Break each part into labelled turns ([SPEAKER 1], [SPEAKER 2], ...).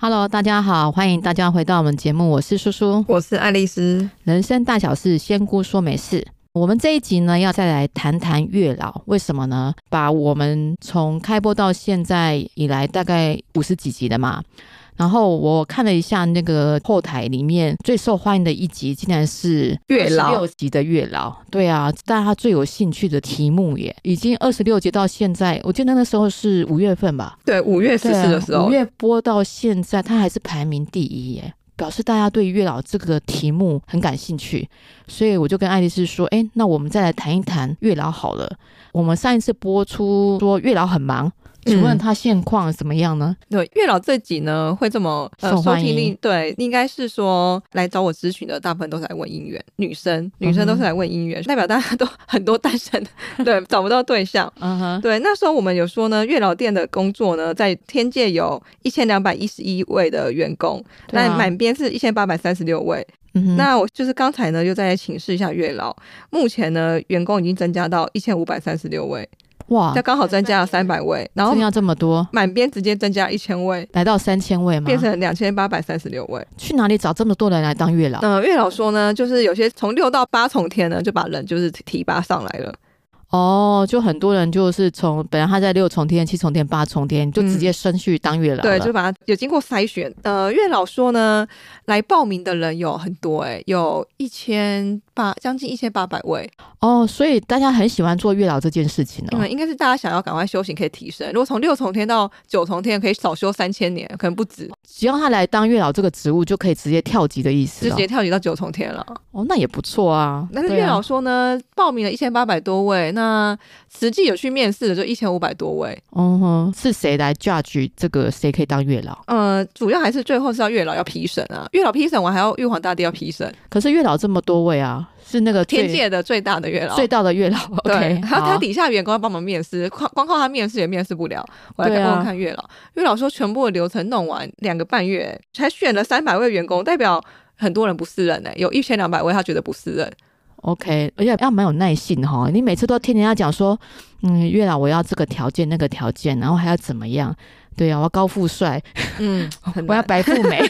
[SPEAKER 1] Hello，大家好，欢迎大家回到我们节目，我是叔叔。
[SPEAKER 2] 我是爱丽丝。
[SPEAKER 1] 人生大小事，仙姑说没事。我们这一集呢，要再来谈谈月老，为什么呢？把我们从开播到现在以来，大概五十几集了嘛。然后我看了一下那个后台里面最受欢迎的一集，竟然是
[SPEAKER 2] 月老
[SPEAKER 1] 六集的月老。对啊，大家最有兴趣的题目耶，已经二十六集到现在，我记得那时候是五月份吧，
[SPEAKER 2] 对，五月十
[SPEAKER 1] 对啊
[SPEAKER 2] 四的时候
[SPEAKER 1] 五，月播到现在，它还是排名第一耶，表示大家对月老这个题目很感兴趣，所以我就跟爱丽丝说，哎，那我们再来谈一谈月老好了。我们上一次播出说月老很忙，请问
[SPEAKER 2] 嗯
[SPEAKER 1] 他现况怎么样呢？
[SPEAKER 2] 对月老这集呢会这么呃
[SPEAKER 1] 受
[SPEAKER 2] 收
[SPEAKER 1] 欢迎
[SPEAKER 2] 听率，对，应该是说来找我咨询的大部分都是来问姻缘，女生女生都
[SPEAKER 1] 嗯
[SPEAKER 2] 是来问姻缘，代表大家都很多单身，对，找不到对象。
[SPEAKER 1] 嗯哼，
[SPEAKER 2] 对，那时候我们有说呢，月老店的工作呢，在天界有一千两百一十一位的员工，
[SPEAKER 1] 对
[SPEAKER 2] 那
[SPEAKER 1] 啊
[SPEAKER 2] 满编是一千八百三十六位。
[SPEAKER 1] 嗯哼
[SPEAKER 2] 那我就是刚才呢，又再来请示一下月老，目前呢，员工已经增加到一千五百三十六位，
[SPEAKER 1] 哇
[SPEAKER 2] 这，刚好增加了三百位，然后
[SPEAKER 1] 真要这么多，
[SPEAKER 2] 满编直接增加一千位，
[SPEAKER 1] 来到三千位吗
[SPEAKER 2] 变？成两千八百三十六位。
[SPEAKER 1] 去哪里找这么多人来当月老？
[SPEAKER 2] 嗯、月老说呢，就是有些从六到八重天呢，就把人就是提拔上来了。
[SPEAKER 1] 哦，就很多人就是从本来他在六重天、七重天、八重天，就直接升去当月老了。
[SPEAKER 2] 嗯对，就把他有经过筛选。呃，月老说呢，来报名的人有很多、欸，有一千八，将近一千八百位。
[SPEAKER 1] 哦，所以大家很喜欢做月老这件事情哦。
[SPEAKER 2] 嗯，应该是大家想要赶快修行，可以提升。如果从六重天到九重天，可以少修三千年，可能不止，
[SPEAKER 1] 只要他来当月老这个职务，就可以直接跳级的意
[SPEAKER 2] 就
[SPEAKER 1] 思
[SPEAKER 2] 直
[SPEAKER 1] 哦。
[SPEAKER 2] 接跳级到九重天了。
[SPEAKER 1] 哦，那也不错啊。
[SPEAKER 2] 但是
[SPEAKER 1] 对
[SPEAKER 2] 月老
[SPEAKER 1] 啊、
[SPEAKER 2] 说呢，报名了一千八百多位，那实际有去面试的就一千五百多位。
[SPEAKER 1] 哦哼，是谁来 judge 这个谁可以当月老？
[SPEAKER 2] 呃，主要还是最后是要月老要批审啊，月老批审完还要玉皇大帝要批审，
[SPEAKER 1] 可是月老这么多位啊，是那个最
[SPEAKER 2] 天界的最大的月老。
[SPEAKER 1] 最大的月老。
[SPEAKER 2] 对
[SPEAKER 1] OK，，
[SPEAKER 2] 还有 他
[SPEAKER 1] 好
[SPEAKER 2] 底下员工要帮忙面试，光光靠他面试也面试不了。我来
[SPEAKER 1] 对
[SPEAKER 2] 看
[SPEAKER 1] 啊
[SPEAKER 2] 看看月老，月老说全部的流程弄完两个半月，才选了三百位员工，代表很多人不是人呢、欸有一千两百位他觉得不是人。
[SPEAKER 1] OK，而且要蛮有耐性哈、你每次都听人家讲说，嗯，月老我要这个条件那个条件，然后还要怎么样？对啊，我要高富 帅，
[SPEAKER 2] 嗯，很
[SPEAKER 1] 我要
[SPEAKER 2] 难，
[SPEAKER 1] 白富美。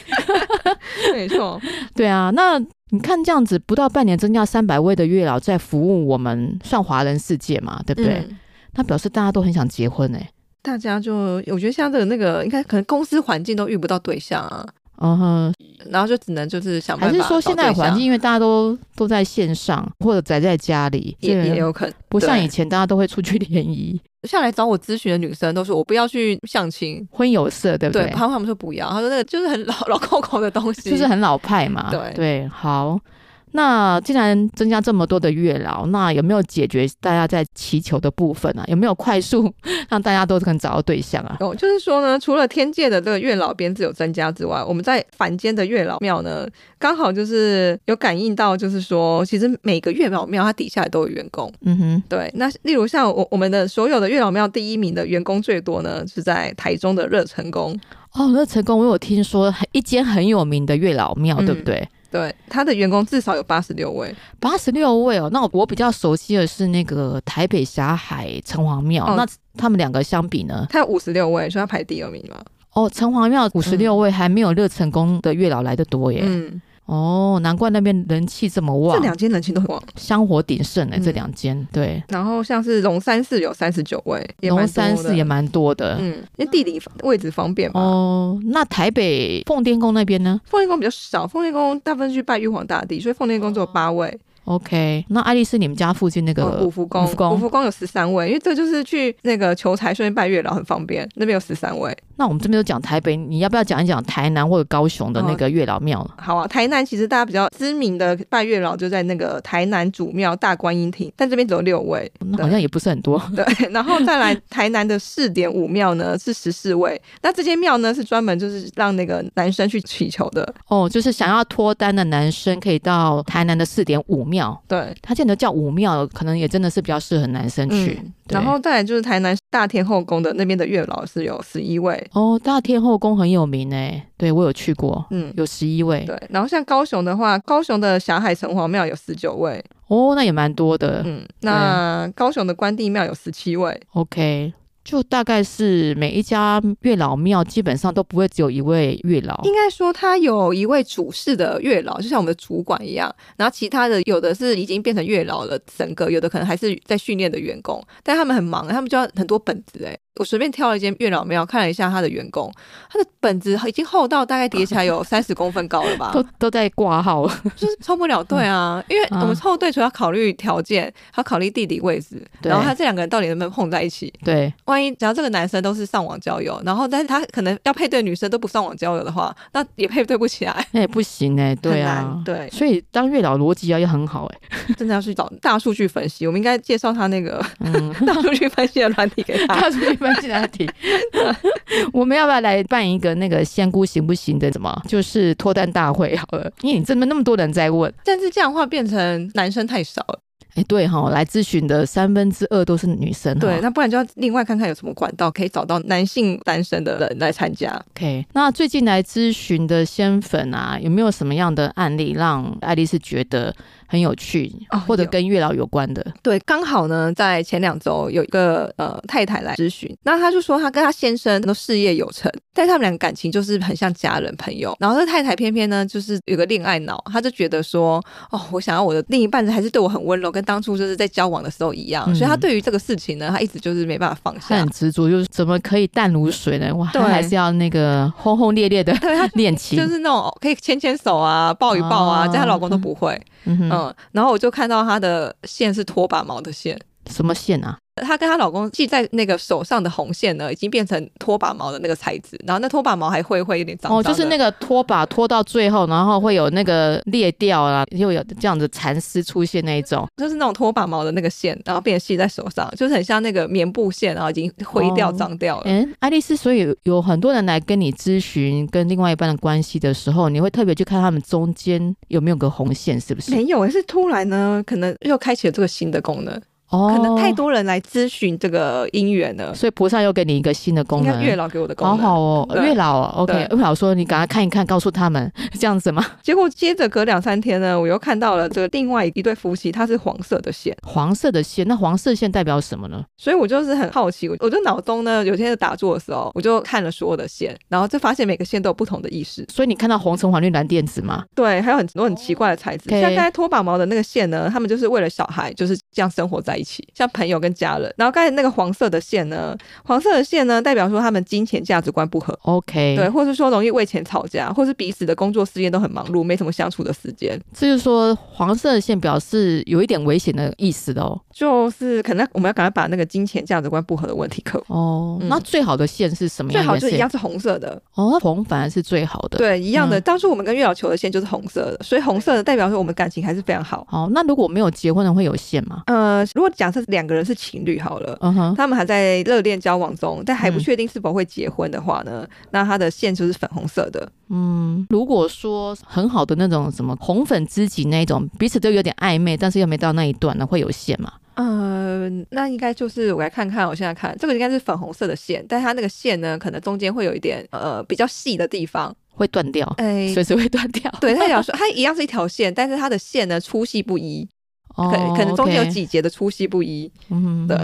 [SPEAKER 2] 没错。
[SPEAKER 1] 对啊，那你看这样子，不到半年增加三百位的月老在服务我们算华人世界嘛，对不对？
[SPEAKER 2] 嗯
[SPEAKER 1] 那表示大家都很想结婚哎、
[SPEAKER 2] 大家就我觉得像这个那个，应该可能公司环境都遇不到对象啊，
[SPEAKER 1] 嗯哼，
[SPEAKER 2] 然后就只能就是想办
[SPEAKER 1] 还
[SPEAKER 2] 法
[SPEAKER 1] 是说现在
[SPEAKER 2] 找对象
[SPEAKER 1] 环境，因为大家都都在线上或者宅在家里，
[SPEAKER 2] 也也
[SPEAKER 1] 对
[SPEAKER 2] 有可能
[SPEAKER 1] 不像
[SPEAKER 2] 对
[SPEAKER 1] 以前大家都会出去联谊、
[SPEAKER 2] 下来找我咨询的女生都说我不要去相亲，
[SPEAKER 1] 婚友社，对不
[SPEAKER 2] 对，他们他们说不要，他说那个就是很老老扣扣的东西，
[SPEAKER 1] 就是很老派嘛。
[SPEAKER 2] 对
[SPEAKER 1] 好。那既然增加这么多的月老，那有没有解决大家在祈求的部分啊？有没有快速 让大家都能找到对象啊？
[SPEAKER 2] 哦，就是说呢，除了天界的这个月老编制有增加之外，我们在凡间的月老庙呢，刚好就是有感应到，就是说，其实每个月老庙它底下都有员工。
[SPEAKER 1] 嗯哼，
[SPEAKER 2] 对，那例如像我我们的所有的月老庙第一名的员工最多呢，是在台中的热成宫。
[SPEAKER 1] 哦，那成功，我有听说一间很有名的月老庙，
[SPEAKER 2] 嗯
[SPEAKER 1] 对不对？
[SPEAKER 2] 对，他的员工至少有八十六位。
[SPEAKER 1] 八十六位哦，那我比较熟悉的是那个台北霞海城隍庙，
[SPEAKER 2] 哦
[SPEAKER 1] 那他们两个相比呢？
[SPEAKER 2] 他有五十六位，所以他排第二名嘛。
[SPEAKER 1] 哦，城隍庙五十六位还没有乐成宫的月老来的多耶。
[SPEAKER 2] 嗯，
[SPEAKER 1] 哦，难怪那边人气这么
[SPEAKER 2] 这
[SPEAKER 1] 旺，
[SPEAKER 2] 两间人气都很旺。
[SPEAKER 1] 香火鼎盛哎，
[SPEAKER 2] 嗯
[SPEAKER 1] 这两间对。
[SPEAKER 2] 然后像是龙山寺有三十九位，也蛮
[SPEAKER 1] 龙
[SPEAKER 2] 多
[SPEAKER 1] 山
[SPEAKER 2] 的
[SPEAKER 1] 寺也蛮多的。
[SPEAKER 2] 嗯，因为地理位置方便嘛。
[SPEAKER 1] 哦，那台北奉天宫那边呢
[SPEAKER 2] 奉天宫比较少，奉天宫大部分去拜玉皇大帝，所以奉天宫只有八位。
[SPEAKER 1] ？OK，那爱丽丝你们家附近那
[SPEAKER 2] 呃，五
[SPEAKER 1] 个
[SPEAKER 2] 福宫，
[SPEAKER 1] 哦五福宫
[SPEAKER 2] 五福宫有十三位，因为这就是去那个求财顺便拜月老很方便，那边有十三位。
[SPEAKER 1] 那我们这边都讲台北，你要不要讲一讲台南或者高雄
[SPEAKER 2] 哦
[SPEAKER 1] 的那个月老庙？
[SPEAKER 2] 好啊，台南其实大家比较知名的拜月老就在那个台南主庙大观音亭，但这边只有六 位。
[SPEAKER 1] 那好像也不是很多。
[SPEAKER 2] 对，然后再来台南的四点五庙呢是十四位，那这些庙呢是专门就是让那个男生去祈求的。
[SPEAKER 1] 哦，就是想要脱单的男生可以到台南的四点五庙，
[SPEAKER 2] 对，
[SPEAKER 1] 他见得叫五庙，可能也真的是比较适合男生去。
[SPEAKER 2] 嗯，
[SPEAKER 1] 对
[SPEAKER 2] 然后再来就是台南大天后宫的那边的月老是有十一位。
[SPEAKER 1] 哦，大天后宫很有名诶，对我有去过，
[SPEAKER 2] 嗯，
[SPEAKER 1] 有十一位，
[SPEAKER 2] 对，然后像高雄的话，高雄的霞海城隍庙有十九位，嗯
[SPEAKER 1] 哦，那也蛮多的。
[SPEAKER 2] 嗯，那高雄的关帝庙有十七位，
[SPEAKER 1] OK，就大概是每一家月老庙基本上都不会只有一位月老，
[SPEAKER 2] 应该说他有一位主事的月老，就像我们的主管一样，然后其他的有的是已经变成月老了，整个有的可能还是在训练的员工，但他们很忙，他们就要很多本子哎。我随便挑了一间月老庙，看了一下他的员工，他的本子已经厚到大概叠起来有三十公分高了吧，
[SPEAKER 1] 都都在挂号。
[SPEAKER 2] 就是凑不了队啊。
[SPEAKER 1] 嗯
[SPEAKER 2] 因为我们凑队主要考虑条件，还要考虑地理位置，
[SPEAKER 1] 对
[SPEAKER 2] 然后他这两个人到底能不能碰在一起。
[SPEAKER 1] 对，
[SPEAKER 2] 万一只要这个男生都是上网交友，然后但是他可能要配对女生都不上网交友的话，那也配对不起来，
[SPEAKER 1] 那也不行哎、对啊
[SPEAKER 2] 很难，。对，
[SPEAKER 1] 所以当月老逻辑啊也很好哎、
[SPEAKER 2] 真的要去找大数据分析。我们应该介绍他那个
[SPEAKER 1] 嗯，
[SPEAKER 2] 大数据分析的软体给 他。
[SPEAKER 1] 大数据分析的题， 我们要不要来办一个那个仙姑行不行的什么，就是脱单大会好了？因为你这边那么多人在问，
[SPEAKER 2] 但是这样的话变成男生太少了，
[SPEAKER 1] 哎，对哈、来咨询的三分之二都是女生哈、
[SPEAKER 2] 对，那不然就要另外看看有什么管道可以找到男性单身的人来参加。
[SPEAKER 1] OK，那最近来咨询的仙粉啊，有没有什么样的案例让爱丽丝觉得很有趣，
[SPEAKER 2] 哦
[SPEAKER 1] 或者
[SPEAKER 2] 有
[SPEAKER 1] 跟月老有关的？
[SPEAKER 2] 对，刚好呢，在前两周有一个呃太太来咨询，那她就说她跟她先生都事业有成，但是他们俩感情就是很像家人朋友。然后这太太偏偏呢，就是有个恋爱脑，她就觉得说，哦，我想要我的另一半还是对我很温柔，跟当初就是在交往的时候一样。所以她
[SPEAKER 1] 嗯
[SPEAKER 2] 对于这个事情呢，她一直就是没办法放
[SPEAKER 1] 他
[SPEAKER 2] 下
[SPEAKER 1] 很。执着，就是怎么可以淡如水呢？哇，
[SPEAKER 2] 对
[SPEAKER 1] 他还是要那个轰轰烈烈的
[SPEAKER 2] 对她
[SPEAKER 1] 恋情。
[SPEAKER 2] 就是那种可以牵牵手啊、抱一抱啊，
[SPEAKER 1] 哦
[SPEAKER 2] 但她老公都不会。
[SPEAKER 1] 嗯哼，
[SPEAKER 2] 嗯，然后我就看到她的线是拖把毛的线，
[SPEAKER 1] 什么线啊？
[SPEAKER 2] 她跟她老公系在那个手上的红线呢，已经变成拖把毛的那个材质，然后那拖把毛还会会有点脏脏
[SPEAKER 1] 哦，就是那
[SPEAKER 2] 个
[SPEAKER 1] 个拖把拖到最后，然后会有那个裂掉啦，又有这样的蚕丝出现那一种，
[SPEAKER 2] 就是那种拖把毛的那个线，然后变成系在手上，就是很像那个棉布线，然后已经灰掉、
[SPEAKER 1] 哦
[SPEAKER 2] 脏掉了。
[SPEAKER 1] 嗯，爱丽丝，所以有有很多人来跟你咨询跟另外一半的关系的时候，你会特别去看他们中间有没有个红线，是不是？
[SPEAKER 2] 没有，是突然呢，可能又开启了这个新的功能，
[SPEAKER 1] 哦，
[SPEAKER 2] 可能太，多人来咨询这个姻缘了，
[SPEAKER 1] 所以菩萨又给你一个新的功
[SPEAKER 2] 应该
[SPEAKER 1] 能。
[SPEAKER 2] 月老给我的功
[SPEAKER 1] 哦好
[SPEAKER 2] 能。
[SPEAKER 1] 好哦，
[SPEAKER 2] 对
[SPEAKER 1] 月老哦，OK，
[SPEAKER 2] 对
[SPEAKER 1] 月老说你赶快看一看，告诉他们这样子吗？
[SPEAKER 2] 结果接着隔两三天呢，我又看到了这个另外一对夫妻，他是黄色的线。
[SPEAKER 1] 黄色的线，那黄色线代表什么呢？
[SPEAKER 2] 所以我就是很好奇，我我就脑中呢有天打坐的时候，我就看了所有的线，然后就发现每个线都有不同的意识，
[SPEAKER 1] 所以你看到红橙黄绿蓝靛紫吗？
[SPEAKER 2] 对，还有很多很奇怪的材质
[SPEAKER 1] OK
[SPEAKER 2] 像刚才拖把毛的那个线呢，他们就是为了小孩就是这样生活在一起，像朋友跟家人。然后刚才那个黄色的线呢，黄色的线呢代表说他们金钱价值观不合。
[SPEAKER 1] OK，
[SPEAKER 2] 对，，或是说容易为钱吵架，或是彼此的工作事业都很忙碌，没什么相处的时间，
[SPEAKER 1] 这就是说黄色的线表示有一点危险的意思的哦。
[SPEAKER 2] 就是可能我们要赶快把那个金钱价值观不合的问题克服。
[SPEAKER 1] 哦，
[SPEAKER 2] 嗯
[SPEAKER 1] 那最好的线是什么
[SPEAKER 2] 最
[SPEAKER 1] 样的
[SPEAKER 2] 好
[SPEAKER 1] 线？
[SPEAKER 2] 就一样是红色的，
[SPEAKER 1] 哦，那红反而是最好的。，
[SPEAKER 2] 对，一样的。
[SPEAKER 1] 嗯
[SPEAKER 2] 当初我们跟月老求的线就是红色的，所以红色的代表说我们感情还是非常好。
[SPEAKER 1] 好，哦那如果没有结婚的会有线吗？
[SPEAKER 2] 呃，如果假设两个人是情侣好了。
[SPEAKER 1] 嗯哼，
[SPEAKER 2] 他们还在热恋交往中，但还不
[SPEAKER 1] 嗯
[SPEAKER 2] 确定是否会结婚的话呢？那他的线就是粉红色的，
[SPEAKER 1] 嗯，如果说很好的那种什么红粉知己那一种，彼此都有点暧昧，但是又没到那一段呢，会有线嘛？
[SPEAKER 2] 呃，那应该就是我来看看，我现在看这个应该是粉红色的线，但它那个线呢，可能中间会有一点呃比较细的地方，
[SPEAKER 1] 会断掉，
[SPEAKER 2] 哎、
[SPEAKER 1] 随时会断掉。
[SPEAKER 2] 对，他讲说它一样是一条线，但是它的线呢粗细不一，
[SPEAKER 1] 哦
[SPEAKER 2] 可可能中间有
[SPEAKER 1] OK
[SPEAKER 2] 几节的粗细不一，
[SPEAKER 1] 嗯，
[SPEAKER 2] 对。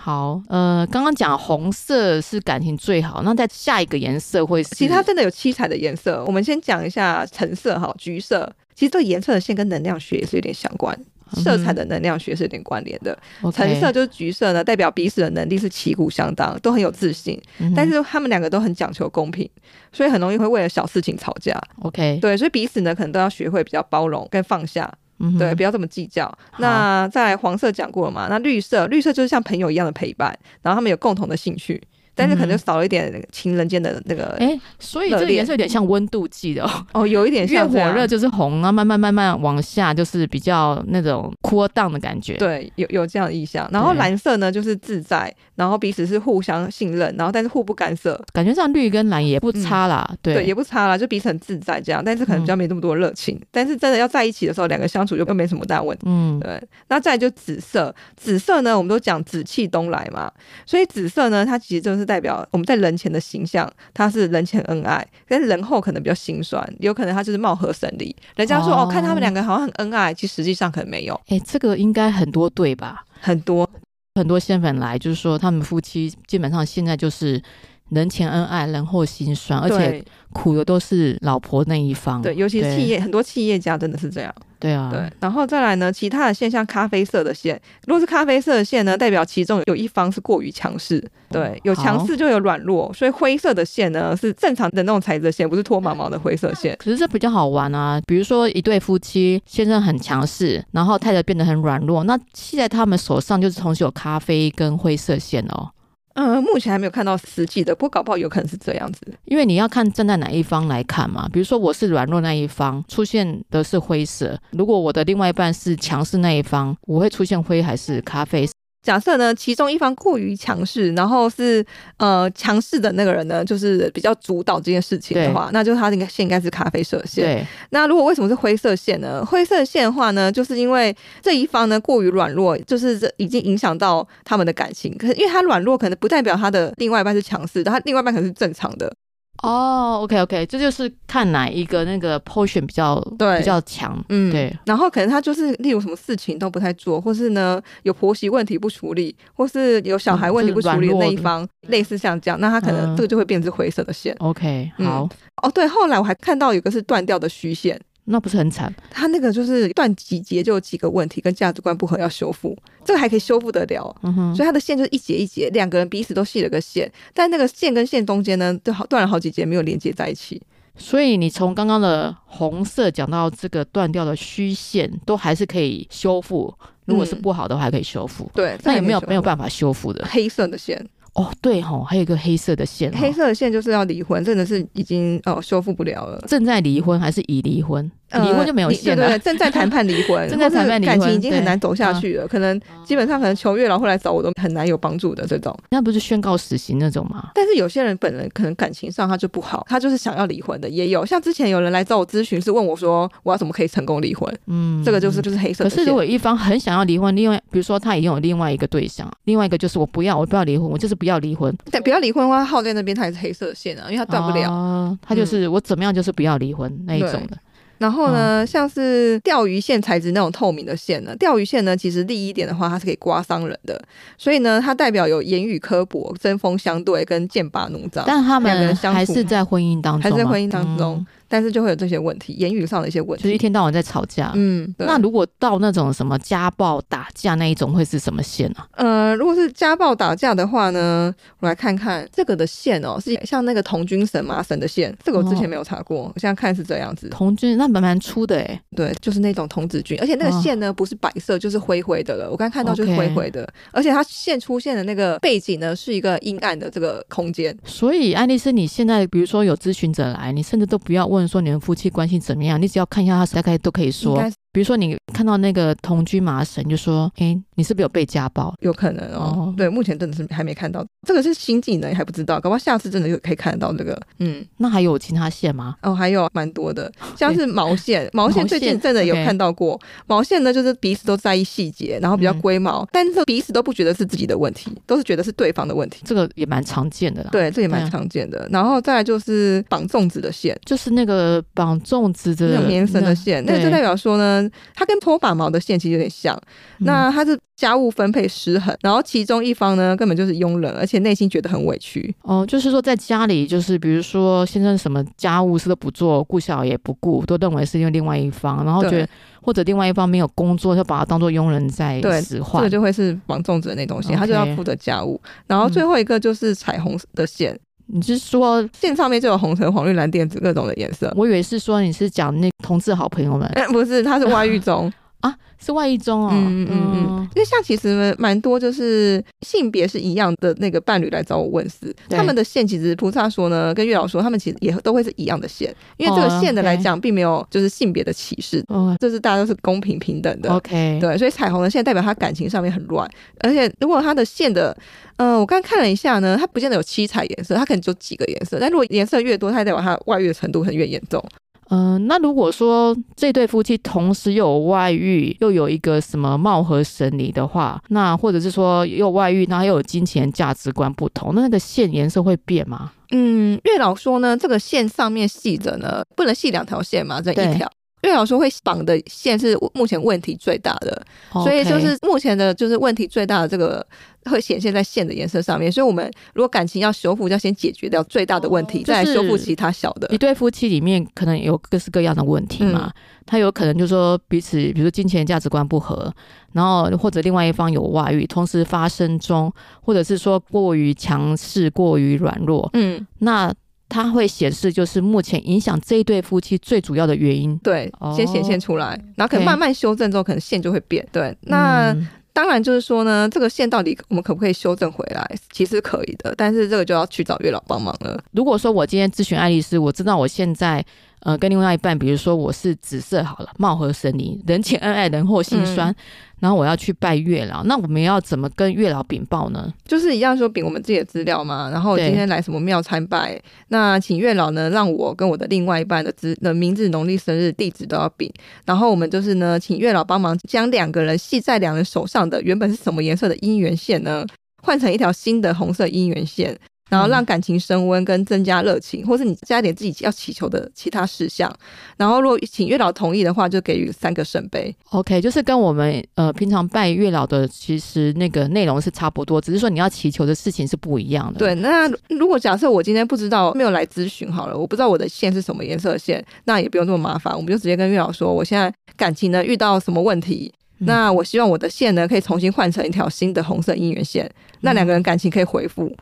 [SPEAKER 1] 好，呃，刚刚讲红色是感情最好，那在下一个颜色会是
[SPEAKER 2] 其实它真的有七彩的颜色。我们先讲一下橙色哈，橘色。其实这个颜色的线跟能量学也是有点相关，
[SPEAKER 1] 嗯
[SPEAKER 2] 色彩的能量学是有点关联的。橙色，就是橘色呢，代表彼此的能力是旗鼓相当，都很有自信，
[SPEAKER 1] 嗯哼
[SPEAKER 2] 但是他们两个都很讲求公平，所以很容易会为了小事情吵架。
[SPEAKER 1] OK，
[SPEAKER 2] 对，所以彼此呢可能都要学会比较包容跟放下，
[SPEAKER 1] 嗯哼
[SPEAKER 2] 对，不要这么计较。那在黄色讲过了嘛？那绿色，绿色就是像朋友一样的陪伴，然后他们有共同的兴趣，但是可能就
[SPEAKER 1] 嗯
[SPEAKER 2] 少了一点情人间的那个、
[SPEAKER 1] 哎，所以这
[SPEAKER 2] 热
[SPEAKER 1] 个
[SPEAKER 2] 恋
[SPEAKER 1] 颜色有点像温度计的哦，
[SPEAKER 2] 哦，有一点
[SPEAKER 1] 越
[SPEAKER 2] 像
[SPEAKER 1] 火
[SPEAKER 2] 这样
[SPEAKER 1] 热就是红，然啊后慢慢慢慢往下，就是比较那种 cool down 的感觉。，
[SPEAKER 2] 对，有有这样的意向。然后
[SPEAKER 1] 对
[SPEAKER 2] 蓝色呢，就是自在，然后彼此是互相信任，然后但是互不干涉，
[SPEAKER 1] 感觉上绿跟蓝也不差啦。对，
[SPEAKER 2] 嗯
[SPEAKER 1] 嗯
[SPEAKER 2] 对，也不差啦，就彼此很自在这样。但是可能比较没那么多热情，但是真的要在一起的时候，两个相处就又没什么大问题。
[SPEAKER 1] 嗯，
[SPEAKER 2] 对，那再来就紫色，紫色呢，我们都讲紫气东来嘛，所以紫色呢，它其实就是代表我们在人前的形象，它是人前恩爱，但是人后可能比较心酸，有可能他就是貌合神离。人家说哦
[SPEAKER 1] 哦
[SPEAKER 2] 看他们两个好像很恩爱，其实实际上可能没有
[SPEAKER 1] 哎，这个应该很多对吧？
[SPEAKER 2] 很多
[SPEAKER 1] 很多仙粉来，就是说他们夫妻基本上现在就是人前恩爱，人后心酸，而且
[SPEAKER 2] 对
[SPEAKER 1] 苦的都是老婆那一方。
[SPEAKER 2] 对，尤其
[SPEAKER 1] 哦
[SPEAKER 2] 是
[SPEAKER 1] 对
[SPEAKER 2] 企业很多企业家真的是这样。
[SPEAKER 1] 对啊，
[SPEAKER 2] 对，然后再来呢，其他的线像咖啡色的线，如果是咖啡色的线呢，代表其中有一方是过于强势，
[SPEAKER 1] 哦
[SPEAKER 2] 对，有强势就有软弱，所以灰色的线呢是正常的那种材质的线，不是脱毛毛的灰色线。
[SPEAKER 1] 可是这比较好玩啊，比如说一对夫妻，先生很强势，然后太太变得很软弱，那系在他们手上就是同时有咖啡跟灰色线哦。
[SPEAKER 2] 嗯，目前还没有看到实际的，不过搞不好有可能是这样子。
[SPEAKER 1] 因为你要看站在哪一方来看嘛，比如说我是软弱那一方，出现的是灰色；如果我的另外一半是强势那一方，我会出现灰还是咖啡？
[SPEAKER 2] 假设呢，其中一方过于强势，然后是呃强势的那个人呢，就是比较主导这件事情的话，那就是他应该线应该是咖啡色线。
[SPEAKER 1] 对，
[SPEAKER 2] 那如果为什么是灰色线呢？灰色线的话呢，就是因为这一方呢过于软弱，就是这已经影响到他们的感情。可是因为他软弱，可能不代表他的另外一半是强势的，他另外一半可能是正常的。
[SPEAKER 1] 哦、o k OK，这就是看哪一个那个 potion 比较
[SPEAKER 2] 对
[SPEAKER 1] 比较强，
[SPEAKER 2] 嗯
[SPEAKER 1] 对。
[SPEAKER 2] 然后可能他就是例如什么事情都不太做，或是呢有婆媳问题不处理，或是有小孩问题不处理的那一方，类似像这样，那他可能
[SPEAKER 1] 嗯
[SPEAKER 2] 这个就会变成是灰色的线。
[SPEAKER 1] OK，
[SPEAKER 2] 嗯
[SPEAKER 1] 好，
[SPEAKER 2] 哦，对，后来我还看到有个是断掉的虚线。
[SPEAKER 1] 那不是很惨
[SPEAKER 2] 他那个就是断几节就有几个问题，跟价值观不合要修复，这个还可以修复得了。
[SPEAKER 1] 嗯哼
[SPEAKER 2] 所以它的线就是一节一节，两个人彼此都系了个线，但那个线跟线中间呢，就好断了好几节，没有连接在一起。
[SPEAKER 1] 所以你从刚刚的红色讲到这个断掉的虚线，都还是可以修复。如果是
[SPEAKER 2] 嗯
[SPEAKER 1] 不好的话，还可以修复。
[SPEAKER 2] 对，
[SPEAKER 1] 那有没有
[SPEAKER 2] 再也
[SPEAKER 1] 没有
[SPEAKER 2] 修
[SPEAKER 1] 办法修复的
[SPEAKER 2] 复？黑色的线，
[SPEAKER 1] 哦，对吼、还有一个黑色的线、哦，
[SPEAKER 2] 黑色的线就是要离婚，真的是已经哦修复不了了。
[SPEAKER 1] 正在离婚还是已离婚？
[SPEAKER 2] 呃
[SPEAKER 1] 哦离婚就没有
[SPEAKER 2] 离
[SPEAKER 1] 线啊
[SPEAKER 2] 对
[SPEAKER 1] 了，
[SPEAKER 2] 对对，正在谈判离婚
[SPEAKER 1] 正在谈判离婚
[SPEAKER 2] 或是感情已经很
[SPEAKER 1] 对哦
[SPEAKER 2] 难走下去了，可能基本上可能求月老会来找我都很难有帮助的这种。
[SPEAKER 1] 那不是宣告死刑那种吗？
[SPEAKER 2] 但是有些人本人可能感情上他就不好，他就是想要离婚的也有。像之前有人来找我咨询，是问我说我要怎么可以成功离婚，
[SPEAKER 1] 嗯，
[SPEAKER 2] 这个就是。就是黑色
[SPEAKER 1] 可
[SPEAKER 2] 的
[SPEAKER 1] 是
[SPEAKER 2] 线。
[SPEAKER 1] 如果一方很想要离婚，另外比如说他已经有另外一个对象，另外一个就是我不要，我不要离婚，我就是不要离婚，
[SPEAKER 2] 但不要离婚的话，耗在那边他也是黑色的线啊，因为他断不了。嗯
[SPEAKER 1] 哦他就是、我怎么样就是不要离婚那一种的。
[SPEAKER 2] 然后呢，
[SPEAKER 1] 嗯
[SPEAKER 2] 像是钓鱼线材质那种透明的线呢，钓鱼线呢，其实利一点的话，它是可以刮伤人的，所以呢，它代表有言语刻薄、针锋相对跟剑拔弩张，
[SPEAKER 1] 但他
[SPEAKER 2] 两个
[SPEAKER 1] 们
[SPEAKER 2] 人相
[SPEAKER 1] 还
[SPEAKER 2] 处
[SPEAKER 1] 是在婚姻当中
[SPEAKER 2] 还
[SPEAKER 1] 吗，
[SPEAKER 2] 是在婚姻当中，
[SPEAKER 1] 嗯
[SPEAKER 2] 但是就会有这些问题，言语上的一些问
[SPEAKER 1] 就是一
[SPEAKER 2] 题。
[SPEAKER 1] 天到晚在吵架。
[SPEAKER 2] 嗯，对
[SPEAKER 1] 那如果到那种什么家暴、打架那一种，会是什么线啊？
[SPEAKER 2] 呃，如果是家暴打架的话呢，我来看看这个的线哦，是像那个童军绳、麻绳的线，这个我
[SPEAKER 1] 哦
[SPEAKER 2] 之前没有查过，我现在看是这样子。
[SPEAKER 1] 同居那蛮蛮粗的欸诶、
[SPEAKER 2] 对，就是那种童子军，而且那个
[SPEAKER 1] 哦
[SPEAKER 2] 线呢、不是白色就是灰灰的了，我刚看到就是灰
[SPEAKER 1] OK
[SPEAKER 2] 灰的而且它线出现的那个背景呢是一个阴暗的这个空间。
[SPEAKER 1] 所以，爱丽丝，你现在比如说有咨询者来，你甚至都不要问说你们夫妻关系怎么样，你只要看一下他大概都可以
[SPEAKER 2] 应
[SPEAKER 1] 说
[SPEAKER 2] 该。是
[SPEAKER 1] 比如说你看到那个同居麻绳，你就说：“诶，你是不是有被家暴
[SPEAKER 2] 有可能哦
[SPEAKER 1] 哦
[SPEAKER 2] 对，目前真的是还没看到，这个是新技能，还不知道，搞不好下次真的就可以看得到这个。嗯，？”
[SPEAKER 1] 那还有其他线吗？
[SPEAKER 2] 哦，还有蛮 多的，像是毛线，毛线最近真的有看到过。毛线呢，就是彼此都在意细节，然后比
[SPEAKER 1] 嗯
[SPEAKER 2] 较龟毛，但是彼此都不觉得是自己的问题，都是觉得是对方的问题。
[SPEAKER 1] 这个也蛮常见的啦。，
[SPEAKER 2] 对，这也
[SPEAKER 1] 对
[SPEAKER 2] 蛮
[SPEAKER 1] 啊
[SPEAKER 2] 常见的。然后再来就是绑粽子的线，
[SPEAKER 1] 就是那个绑粽子的
[SPEAKER 2] 那种棉绳的线，那个就代
[SPEAKER 1] 表
[SPEAKER 2] 表说呢，它跟拖把毛的线其实有点像。
[SPEAKER 1] 嗯
[SPEAKER 2] 那它是家务分配失衡，然后其中一方呢根本就是庸人，而且内心觉得很委屈。
[SPEAKER 1] 哦，就是说在家里，就是比如说先生什么家务事都不做，顾小也不顾，都认为是因为另外一方，然后觉
[SPEAKER 2] 对
[SPEAKER 1] 得或者另外一方没有工作，就把他当做佣人在
[SPEAKER 2] 对
[SPEAKER 1] 使
[SPEAKER 2] 这
[SPEAKER 1] 唤
[SPEAKER 2] 个。就会是绑粽子的那种线，他就要
[SPEAKER 1] OK
[SPEAKER 2] 负责家务。然后最后一个就是彩虹的线，
[SPEAKER 1] 你是说，
[SPEAKER 2] 线上面就有红橙黄绿蓝靛紫各种的颜色。
[SPEAKER 1] 我以为是说你是讲那同志好朋友们
[SPEAKER 2] 哎，不是，它是外遇中，
[SPEAKER 1] 啊，是外一中哦。
[SPEAKER 2] 嗯嗯嗯嗯，因为像其实蛮多就是性别是一样的那个伴侣来找我问事，
[SPEAKER 1] 对
[SPEAKER 2] 他们的线其实菩萨说呢，跟月老说，他们其实也都会是一样的线，因为这
[SPEAKER 1] 哦
[SPEAKER 2] 个线的来
[SPEAKER 1] ，OK
[SPEAKER 2] 讲，并没有就是性别的歧视，
[SPEAKER 1] 哦
[SPEAKER 2] 就是大家都是公平平等的。
[SPEAKER 1] ，OK，
[SPEAKER 2] 嗯对，所以彩虹的线代表他感情上面很乱，而且如果他的线的，呃，我刚看了一下呢，它不见得有七彩颜色，它可能就几个颜色，但如果颜色越多，它代表他外遇的程度很越严重。
[SPEAKER 1] 嗯、那如果说这对夫妻同时又有外遇，又有一个什么貌合神离的话，那或者是说又有外遇，然后又有金钱价值观不同，那那个线颜色会变吗？
[SPEAKER 2] 嗯，月老说呢，这个线上面系着呢，不能系两条线嘛，这
[SPEAKER 1] 对
[SPEAKER 2] 一条。月老说会绑的线是目前问题最大的，
[SPEAKER 1] 哦
[SPEAKER 2] 所以就是目前的就是问题最大的这个会显现在线的颜色上面。所以我们如果感情要修复，要先解决掉最大的问题，
[SPEAKER 1] 哦
[SPEAKER 2] 再来修
[SPEAKER 1] 就
[SPEAKER 2] 复
[SPEAKER 1] 是
[SPEAKER 2] 其他小的
[SPEAKER 1] 一。对夫妻里面可能有各式各样的问题嘛，他有可能就说彼此，比如说金钱价值观不合，然后或者另外一方有外遇，同时发生中，或者是说过于强势、过于软弱，
[SPEAKER 2] 嗯，
[SPEAKER 1] 那它会显示就是目前影响这一对夫妻最主要的原因。
[SPEAKER 2] 对
[SPEAKER 1] 哦，
[SPEAKER 2] 先显现出来，然后可能
[SPEAKER 1] OK
[SPEAKER 2] 慢慢修正之后，可能线就会变。对，那。
[SPEAKER 1] 嗯
[SPEAKER 2] 当然，就是说呢，这个线到底我们可不可以修正回来？其实可以的，但是这个就要去找月老帮忙了。
[SPEAKER 1] 如果说我今天咨询爱丽丝，我知道我现在呃跟另外一半，比如说我是紫色好了，貌合神离，人前恩爱，人后心酸，然后我要去拜月老，那我们要怎么跟月老禀报呢？
[SPEAKER 2] 就是一样说禀我们自己的资料嘛，然后我
[SPEAKER 1] 对
[SPEAKER 2] 今天来什么庙参拜，那请月老呢让我跟我的另外一半的资的名字、农历生日、地址都要禀，然后我们就是呢请月老帮忙将两个人系在两人手上的原本是什么颜色的姻缘线呢，换成一条新的红色姻缘线。然后让感情升温跟增加热情，或是你加一点自己要祈求的其他事项。然后如果请月老同意的话，就给予三个圣杯。
[SPEAKER 1] OK，就是跟我们呃平常拜月老的其实那个内容是差不多，只是说你要祈求的事情是不一样的。
[SPEAKER 2] 对，那如果假设我今天不知道，没有来咨询好了，我不知道我的线是什么颜色的线，那也不用这么麻烦，我们就直接跟月老说，我现在感情呢遇到什么问题，
[SPEAKER 1] 嗯
[SPEAKER 2] 那我希望我的线呢可以重新换成一条新的红色姻缘线，那两个人感情可以恢复。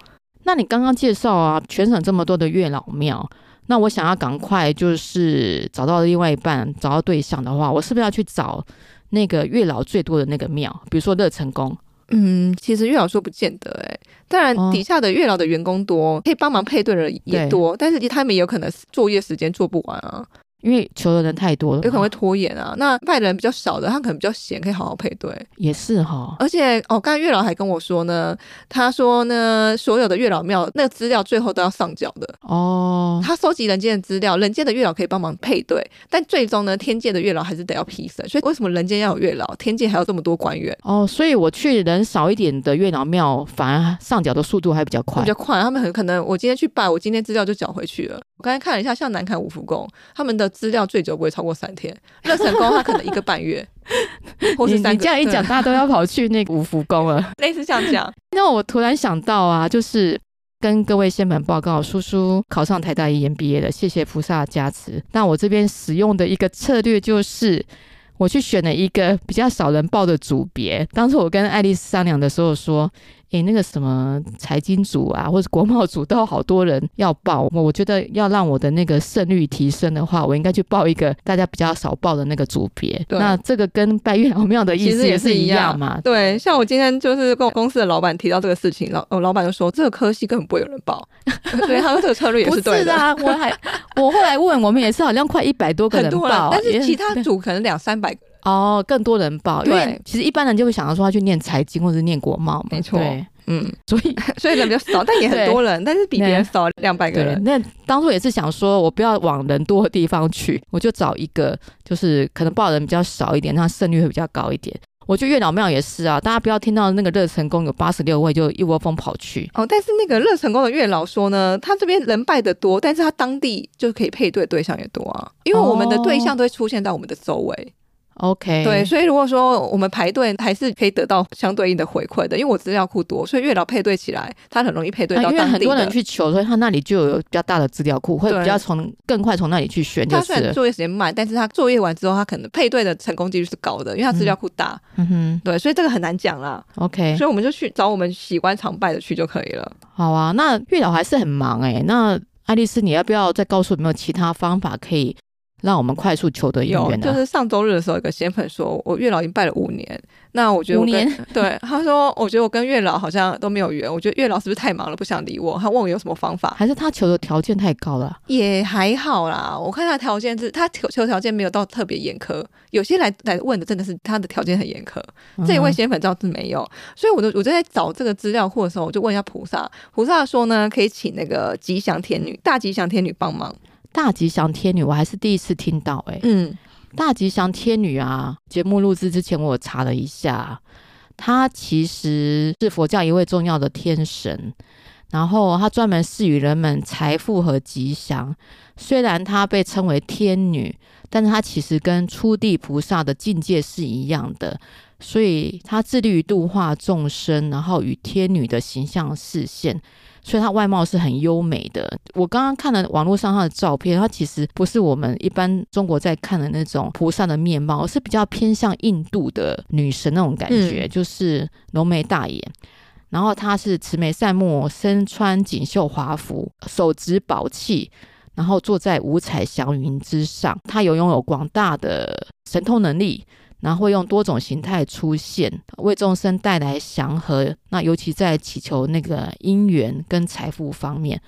[SPEAKER 1] 那你刚刚介绍啊，全省这么多的月老庙，那我想要赶快就是找到另外一半，找到对象的话，我是不是要去找那个月老最多的那个庙？比如说乐成宫，
[SPEAKER 2] 嗯，其实月老说不见得哎、当然
[SPEAKER 1] 哦
[SPEAKER 2] 底下的月老的员工多，可以帮忙配对的人也
[SPEAKER 1] 对
[SPEAKER 2] 多，但是他们也有可能作业时间做不完啊，
[SPEAKER 1] 因为求的人太多了嘛，
[SPEAKER 2] 有可能会拖延啊。那拜的人比较少的，他可能比较闲，可以好好配对。
[SPEAKER 1] 也是哈。
[SPEAKER 2] 而且哦，刚才月老还跟我说呢，他说呢，所有的月老庙那个资料最后都要上缴的。
[SPEAKER 1] 哦，
[SPEAKER 2] 他收集人间的资料，人间的月老可以帮忙配对，但最终呢，天界的月老还是得要批审。所以为什么人间要有月老，天界还有这么多官员？
[SPEAKER 1] 哦，所以我去人少一点的月老庙，反而上脚的速度还比较快
[SPEAKER 2] 比。较快，他们很可能我今天去拜，我今天资料就缴回去了。我刚才看了一下，像南坎五福宫，他们的资料最久不会超过三天，乐成宫他可能一个半月， 或是
[SPEAKER 1] 你
[SPEAKER 2] 三个。
[SPEAKER 1] 你这样一 讲，
[SPEAKER 2] 对，
[SPEAKER 1] 大家都要跑去那个五福宫了。
[SPEAKER 2] 类似像这样，
[SPEAKER 1] 那我突然想到啊，就是跟各位先本报告，叔叔考上台大医 E 研毕业的，谢谢菩萨加持。那我这边使用的一个策略就是。我去选了一个比较少人报的组别。当初我跟爱丽丝商量的时候说：“诶，那个什么财经组啊，或者国贸组都有好多人要报。我我觉得要让我的那个胜率提升的话，我应该去报一个大家比较少报的那个组别。
[SPEAKER 2] 对
[SPEAKER 1] 那这个跟拜月老庙的意
[SPEAKER 2] 其
[SPEAKER 1] 思
[SPEAKER 2] 实也
[SPEAKER 1] 是
[SPEAKER 2] 是一
[SPEAKER 1] 样
[SPEAKER 2] 样
[SPEAKER 1] 嘛？
[SPEAKER 2] 对，像我今天就是跟我公司的老板提到这个事情，老呃我老板就说这个科系根本不会有人报， 呃所以他说这个策略也
[SPEAKER 1] 不
[SPEAKER 2] 是对
[SPEAKER 1] 是
[SPEAKER 2] 的。
[SPEAKER 1] 啊，我还 我后来问，我们也是好像快一百多个
[SPEAKER 2] 很
[SPEAKER 1] 人
[SPEAKER 2] 多啦
[SPEAKER 1] 报，，
[SPEAKER 2] 但
[SPEAKER 1] 也
[SPEAKER 2] 是其他组可能两三百个 人。
[SPEAKER 1] 哦更多人报，因为
[SPEAKER 2] 对
[SPEAKER 1] 其实一般人就会想到说他去念财经或者是念国贸嘛，
[SPEAKER 2] 没错
[SPEAKER 1] 对
[SPEAKER 2] 嗯，
[SPEAKER 1] 所 以
[SPEAKER 2] 所以人比较少，但也很多人，但是比别人少两百
[SPEAKER 1] 对，
[SPEAKER 2] 个人。
[SPEAKER 1] 那当初也是想说我不要往人多的地方去， 我就找一个就是可能报的人比较少一点，那胜率会比较高一点。我觉得月老庙也是啊，大家不要听到那个热成功有八十六位就一窝蜂跑去，
[SPEAKER 2] 哦，但是那个乐成功的月老说呢，他这边人拜的多，但是他当地就可以配对对象也多啊，因为我们的对
[SPEAKER 1] 哦
[SPEAKER 2] 象都会出现在我们的周围，
[SPEAKER 1] OK，
[SPEAKER 2] 对，所以如果说我们排队还是可以得到相对应的回馈的，因为我资料库多，所以月老配对起来，他很容易配对
[SPEAKER 1] 啊
[SPEAKER 2] 到
[SPEAKER 1] 因为
[SPEAKER 2] 当
[SPEAKER 1] 很
[SPEAKER 2] 地
[SPEAKER 1] 多人
[SPEAKER 2] 的。
[SPEAKER 1] 去求，所以他那里就有比较大的资料库，会
[SPEAKER 2] 对
[SPEAKER 1] 比较从更快从那里去选，就
[SPEAKER 2] 他
[SPEAKER 1] 是
[SPEAKER 2] 虽然
[SPEAKER 1] 了
[SPEAKER 2] 作业时间慢，但是他作业完之后，他可能配对的成功几率是高的，因为他资料库大，
[SPEAKER 1] 嗯哼
[SPEAKER 2] 对，所以这个很难讲啦。
[SPEAKER 1] ，OK，
[SPEAKER 2] 所以我们就去找我们喜欢常拜的去就可以了。
[SPEAKER 1] 好啊，那月老还是很忙哎、那爱丽丝，你要不要再告诉我有没有其他方法可以让我们快速求得姻
[SPEAKER 2] 有，
[SPEAKER 1] 缘呢、啊
[SPEAKER 2] 就是上周日的时候，有个仙粉说，我月老已经拜了五年，那我觉得我
[SPEAKER 1] 五
[SPEAKER 2] 跟
[SPEAKER 1] 年
[SPEAKER 2] 对他说，我觉得我跟月老好像都没有缘，我觉得月老是不是太忙了，不想理我？他问我有什么方法，
[SPEAKER 1] 还是他求的条件太高了？
[SPEAKER 2] 也还好啦。我看他的条件是，他求求条件没有到特别严苛，有些来来问的真的是他的条件很严苛，这一位仙粉照是没有，所以我就我就在找这个资料库的时候，我就问一下菩萨，菩萨说呢，可以请那个吉祥天女、大吉祥天女帮忙。
[SPEAKER 1] 大吉祥天女，我还是第一次听到哎、
[SPEAKER 2] 嗯，
[SPEAKER 1] 大吉祥天女啊，节目录制之前我有查了一下，他其实是佛教一位重要的天神，然后他专门赐予人们财富和吉祥。虽然他被称为天女，但是他其实跟初地菩萨的境界是一样的，所以他致力于度化众生，然后与天女的形象视线。所以她外貌是很优美的。我刚刚看了网络上她的照片，她其实不是我们一般中国在看的那种菩萨的面貌，而是比较偏向印度的女神那种感觉，
[SPEAKER 2] 嗯
[SPEAKER 1] 就是浓眉大眼。然后她是慈眉善目，身穿锦绣华服，手执宝器，然后坐在五彩祥云之上。她有拥有广大的神通能力，然后会用多种形态出现，为众生带来祥和。那尤其在祈求那个姻缘跟财富方面。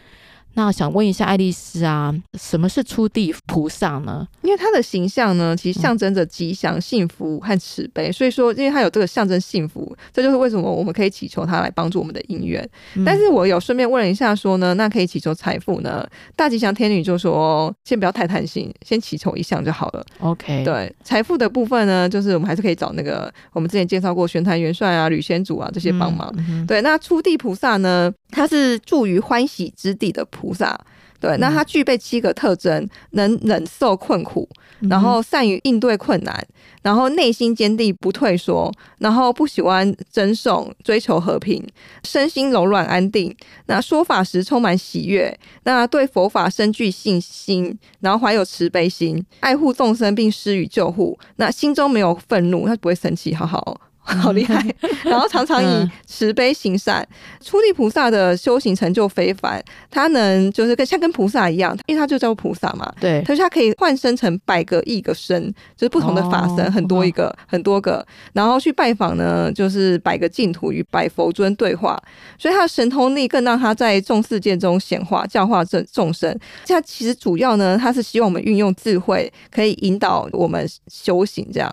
[SPEAKER 1] 那想问一下爱丽丝啊，什么是初地菩萨呢？
[SPEAKER 2] 因为他的形象呢，其实象征着吉祥、幸福和慈悲，所以说，因为他有这个象征幸福，这就是为什么我们可以祈求他来帮助我们的姻缘。
[SPEAKER 1] 嗯
[SPEAKER 2] 但是我有顺便问了一下，说呢，那可以祈求财富呢？大吉祥天女就说，先不要太贪心，先祈求一项就好了。
[SPEAKER 1] 嗯 OK，
[SPEAKER 2] 对，财富的部分呢，就是我们还是可以找那个我们之前介绍过玄坛元帅啊、吕先祖啊这些帮忙。
[SPEAKER 1] 嗯哼
[SPEAKER 2] 对，那初地菩萨呢，他是住于欢喜之地的菩萨。对，
[SPEAKER 1] 嗯
[SPEAKER 2] 那他具备七个特征：能忍受困苦，
[SPEAKER 1] 嗯
[SPEAKER 2] 然后善于应对困难，然后内心坚定不退缩，然后不喜欢争讼，追求和平，身心柔软安定。那说法时充满喜悦，那对佛法深具信心，然后怀有慈悲心，爱护众生并施予救护。那心中没有愤怒，他不会生气，好好。好厉害！然后常常以
[SPEAKER 1] 嗯
[SPEAKER 2] 慈悲行善，初地菩萨的修行成就非凡，他能就是跟像跟菩萨一样，因为他就叫菩萨嘛，
[SPEAKER 1] 对，
[SPEAKER 2] 可是它可以换身成百个亿个身，就是不同的法身，
[SPEAKER 1] 哦
[SPEAKER 2] 很多一个、很多个，然后去拜访呢，就是百个净土与百佛尊对话，所以他的神通力更让他在众世界中显化、教化众众生。他其实主要呢，他是希望我们运用智慧，可以引导我们修行这样。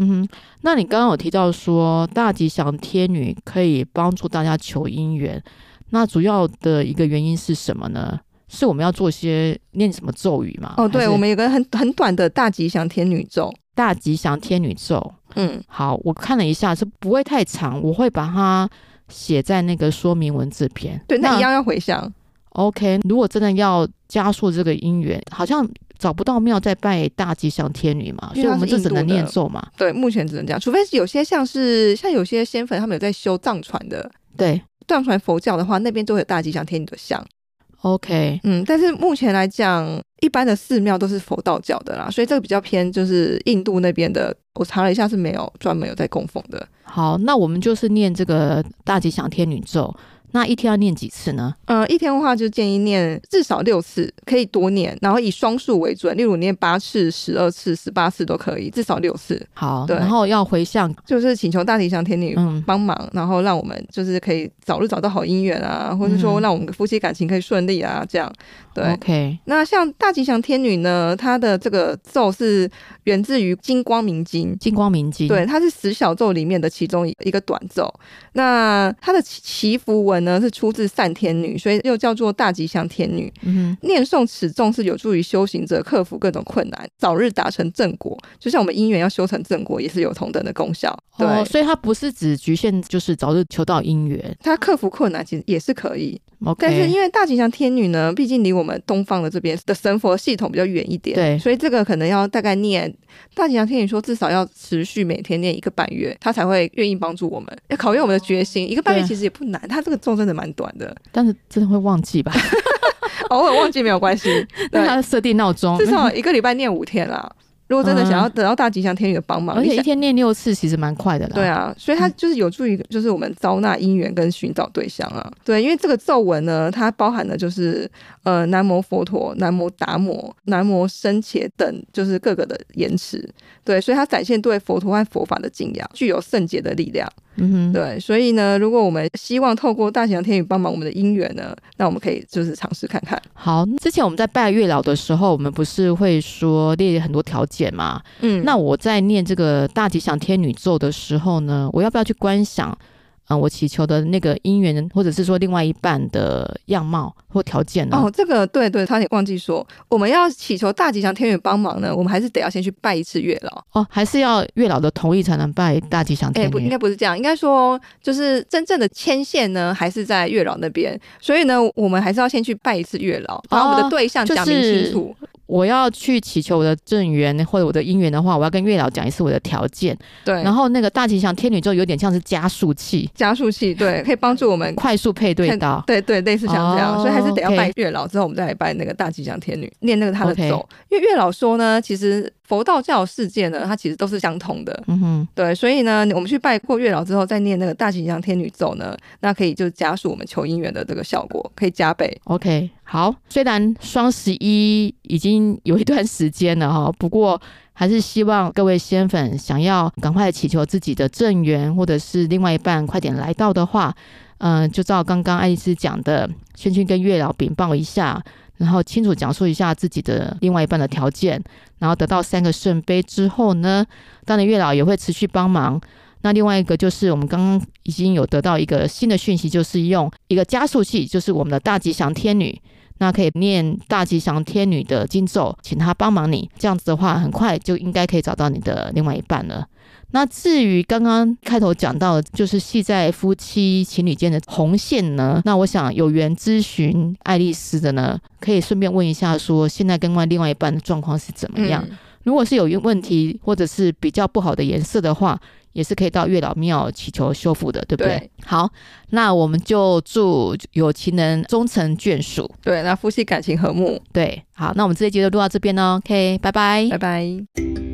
[SPEAKER 1] 嗯哼，那你刚刚有提到说大吉祥天女可以帮助大家求姻缘，那主要的一个原因是什么呢？是我们要做些念什么咒语吗？
[SPEAKER 2] 哦，
[SPEAKER 1] 还
[SPEAKER 2] 对，
[SPEAKER 1] 是
[SPEAKER 2] 我们有个很很短的大吉祥天女咒，
[SPEAKER 1] 大吉祥天女咒。
[SPEAKER 2] 嗯，
[SPEAKER 1] 好，我看了一下，是不会太长，我会把它写在那个说明文字片。
[SPEAKER 2] 对，那一样要回向。
[SPEAKER 1] OK，如果真的要加速这个姻缘，好像找不到庙在拜大吉祥天女嘛，所
[SPEAKER 2] 因为
[SPEAKER 1] 以我
[SPEAKER 2] 它
[SPEAKER 1] 们
[SPEAKER 2] 是
[SPEAKER 1] 就
[SPEAKER 2] 印
[SPEAKER 1] 只
[SPEAKER 2] 度
[SPEAKER 1] 能
[SPEAKER 2] 的
[SPEAKER 1] 念咒嘛。
[SPEAKER 2] 对，目前只能这样，除非是有些像是像有些仙粉，他们有在修藏传的，
[SPEAKER 1] 对
[SPEAKER 2] 藏传佛教的话，那边都会有大吉祥天女的像。
[SPEAKER 1] ，OK，
[SPEAKER 2] 嗯，但是目前来讲，一般的寺庙都是佛道教的啦，所以这个比较偏就是印度那边的。我查了一下是没有专门有在供奉的。
[SPEAKER 1] 好，那我们就是念这个大吉祥天女咒。那一天要念几次呢？
[SPEAKER 2] 呃，一天的话就建议念至少六次，可以多念，然后以双数为准，例如念八次、十二次、十八次都可以，至少六次，
[SPEAKER 1] 好，
[SPEAKER 2] 对
[SPEAKER 1] 然后要回向，
[SPEAKER 2] 就是请求大吉祥天女
[SPEAKER 1] 嗯，
[SPEAKER 2] 帮忙，然后让我们就是可以早日找到好姻缘啊，或者说
[SPEAKER 1] 嗯
[SPEAKER 2] 让我们夫妻感情可以顺利啊，这样。对，
[SPEAKER 1] ，OK，
[SPEAKER 2] 那像大吉祥天女呢，她的这个咒是源自于《金光明经》。
[SPEAKER 1] 金光明经，
[SPEAKER 2] 对，，它是十小咒里面的其中一个短咒。那它的祈祈福文呢，是出自善天女，所以又叫做大吉祥天女。
[SPEAKER 1] 嗯
[SPEAKER 2] 念诵此咒是有助于修行者克服各种困难，早日达成正果。就像我们姻缘要修成正果，也是有同等的功效。
[SPEAKER 1] 哼，
[SPEAKER 2] 对，
[SPEAKER 1] 哦，所以它不是只局限就是早日求到姻缘
[SPEAKER 2] 它克服困难其实也是可以。
[SPEAKER 1] ，OK，
[SPEAKER 2] 但是因为大吉祥天女呢，毕竟离我们东方的这边的神佛系统比较远一点，
[SPEAKER 1] 对
[SPEAKER 2] 所以这个可能要大概念大吉祥天女说至少要持续每天念一个半月，她才会愿意帮助我们，要考验我们的决心。一个半月
[SPEAKER 1] 对
[SPEAKER 2] 其实也不难，她这个咒真的蛮短的，
[SPEAKER 1] 但是真的会忘记吧？
[SPEAKER 2] 偶尔忘记没有关系，
[SPEAKER 1] 那
[SPEAKER 2] 对，
[SPEAKER 1] 它设定闹钟，
[SPEAKER 2] 至少嗯一个礼拜念五天啦。如果真的想要得到大吉祥天女的帮忙，
[SPEAKER 1] 嗯而
[SPEAKER 2] 你
[SPEAKER 1] 且一
[SPEAKER 2] 想
[SPEAKER 1] 天念六次其实蛮快的啦。
[SPEAKER 2] 对，啊，所以它就是有助于就是我们招纳姻缘跟寻找对象啊。对，因为这个咒文呢，它包含的就是呃南摩佛陀、南摩达摩、南摩僧伽等，就是各个的言辞。对，所以它展现对佛陀和佛法的敬仰，具有圣洁的力量。
[SPEAKER 1] 嗯哼，
[SPEAKER 2] 对，所以呢，如果我们希望透过大吉祥天女帮忙我们的姻缘呢，那我们可以就是尝试看看。
[SPEAKER 1] 好，之前我们在拜月老的时候，我们不是会说列很多条件嘛？
[SPEAKER 2] 嗯
[SPEAKER 1] 那我在念这个大吉祥天女咒的时候呢，我要不要去观想？呃，我祈求的那个姻缘，或者是说另外一半的样貌或条件呢？
[SPEAKER 2] 哦，这个对对，差点忘记说，我们要祈求大吉祥天女帮忙呢，我们还是得要先去拜一次月老。
[SPEAKER 1] 哦，还是要月老的同意才能拜大吉祥
[SPEAKER 2] 哎、
[SPEAKER 1] 天
[SPEAKER 2] 不，应
[SPEAKER 1] 女。
[SPEAKER 2] 该不是这样，应该说就是真正的牵线呢，还是在月老那边。所以呢，我们还是要先去拜一次月老，把我们的对象
[SPEAKER 1] 哦就
[SPEAKER 2] 讲明
[SPEAKER 1] 是
[SPEAKER 2] 清楚。
[SPEAKER 1] 我要去祈求我的正缘或者我的姻缘的话，我要跟月老讲一次我的条件，
[SPEAKER 2] 对，
[SPEAKER 1] 然后那个大吉祥天女就有点像是加速器，
[SPEAKER 2] 加速器对，可以帮助 我们。
[SPEAKER 1] 快速配对
[SPEAKER 2] 看
[SPEAKER 1] 到。
[SPEAKER 2] 对对，类似像这样，
[SPEAKER 1] 哦
[SPEAKER 2] 所以还是得要
[SPEAKER 1] OK
[SPEAKER 2] 拜月老之后，我们再来拜那个大吉祥天女，念那个他的
[SPEAKER 1] OK
[SPEAKER 2] 咒。因为月老说呢，其实佛道教世界呢，它其实都是相同的。
[SPEAKER 1] 嗯哼，
[SPEAKER 2] 对，所以呢，我们去拜过月老之后，再念那个大吉祥天女咒呢，那可以就加速我们求姻缘的这个效果，可以加倍。
[SPEAKER 1] OK，好，虽然双十一已经有一段时间了哈， 不过还是希望各位仙粉想要赶快祈求自己的正缘或者是另外一半快点来到的话，嗯、就照刚刚爱丽丝讲的，先去跟月老禀报一下，然后清楚讲述一下自己的另外一半的条件，然后得到三个圣杯之后呢，当然月老也会持续帮忙。那另外一个就是我们刚刚已经有得到一个新的讯息，就是用一个加速器，就是我们的大吉祥天女，那可以念大吉祥天女的经咒，请她帮忙你。这样子的话，很快就应该可以找到你的另外一半了。那至于刚刚开头讲到的，就是系在夫妻情侣间的红线呢，那我想有缘咨询爱丽丝的呢，可以顺便问一下，说现在跟外另外一半的状况是怎么
[SPEAKER 2] 嗯
[SPEAKER 1] 样？如果是有问题或者是比较不好的颜色的话，也是可以到月老庙祈求修复的，对不对？
[SPEAKER 2] 对
[SPEAKER 1] 好，那我们就祝有情人终成眷属。
[SPEAKER 2] 对，那夫妻感情和睦，
[SPEAKER 1] 对，好，那我们这一集就录到这边哦。OK，拜拜
[SPEAKER 2] 拜拜。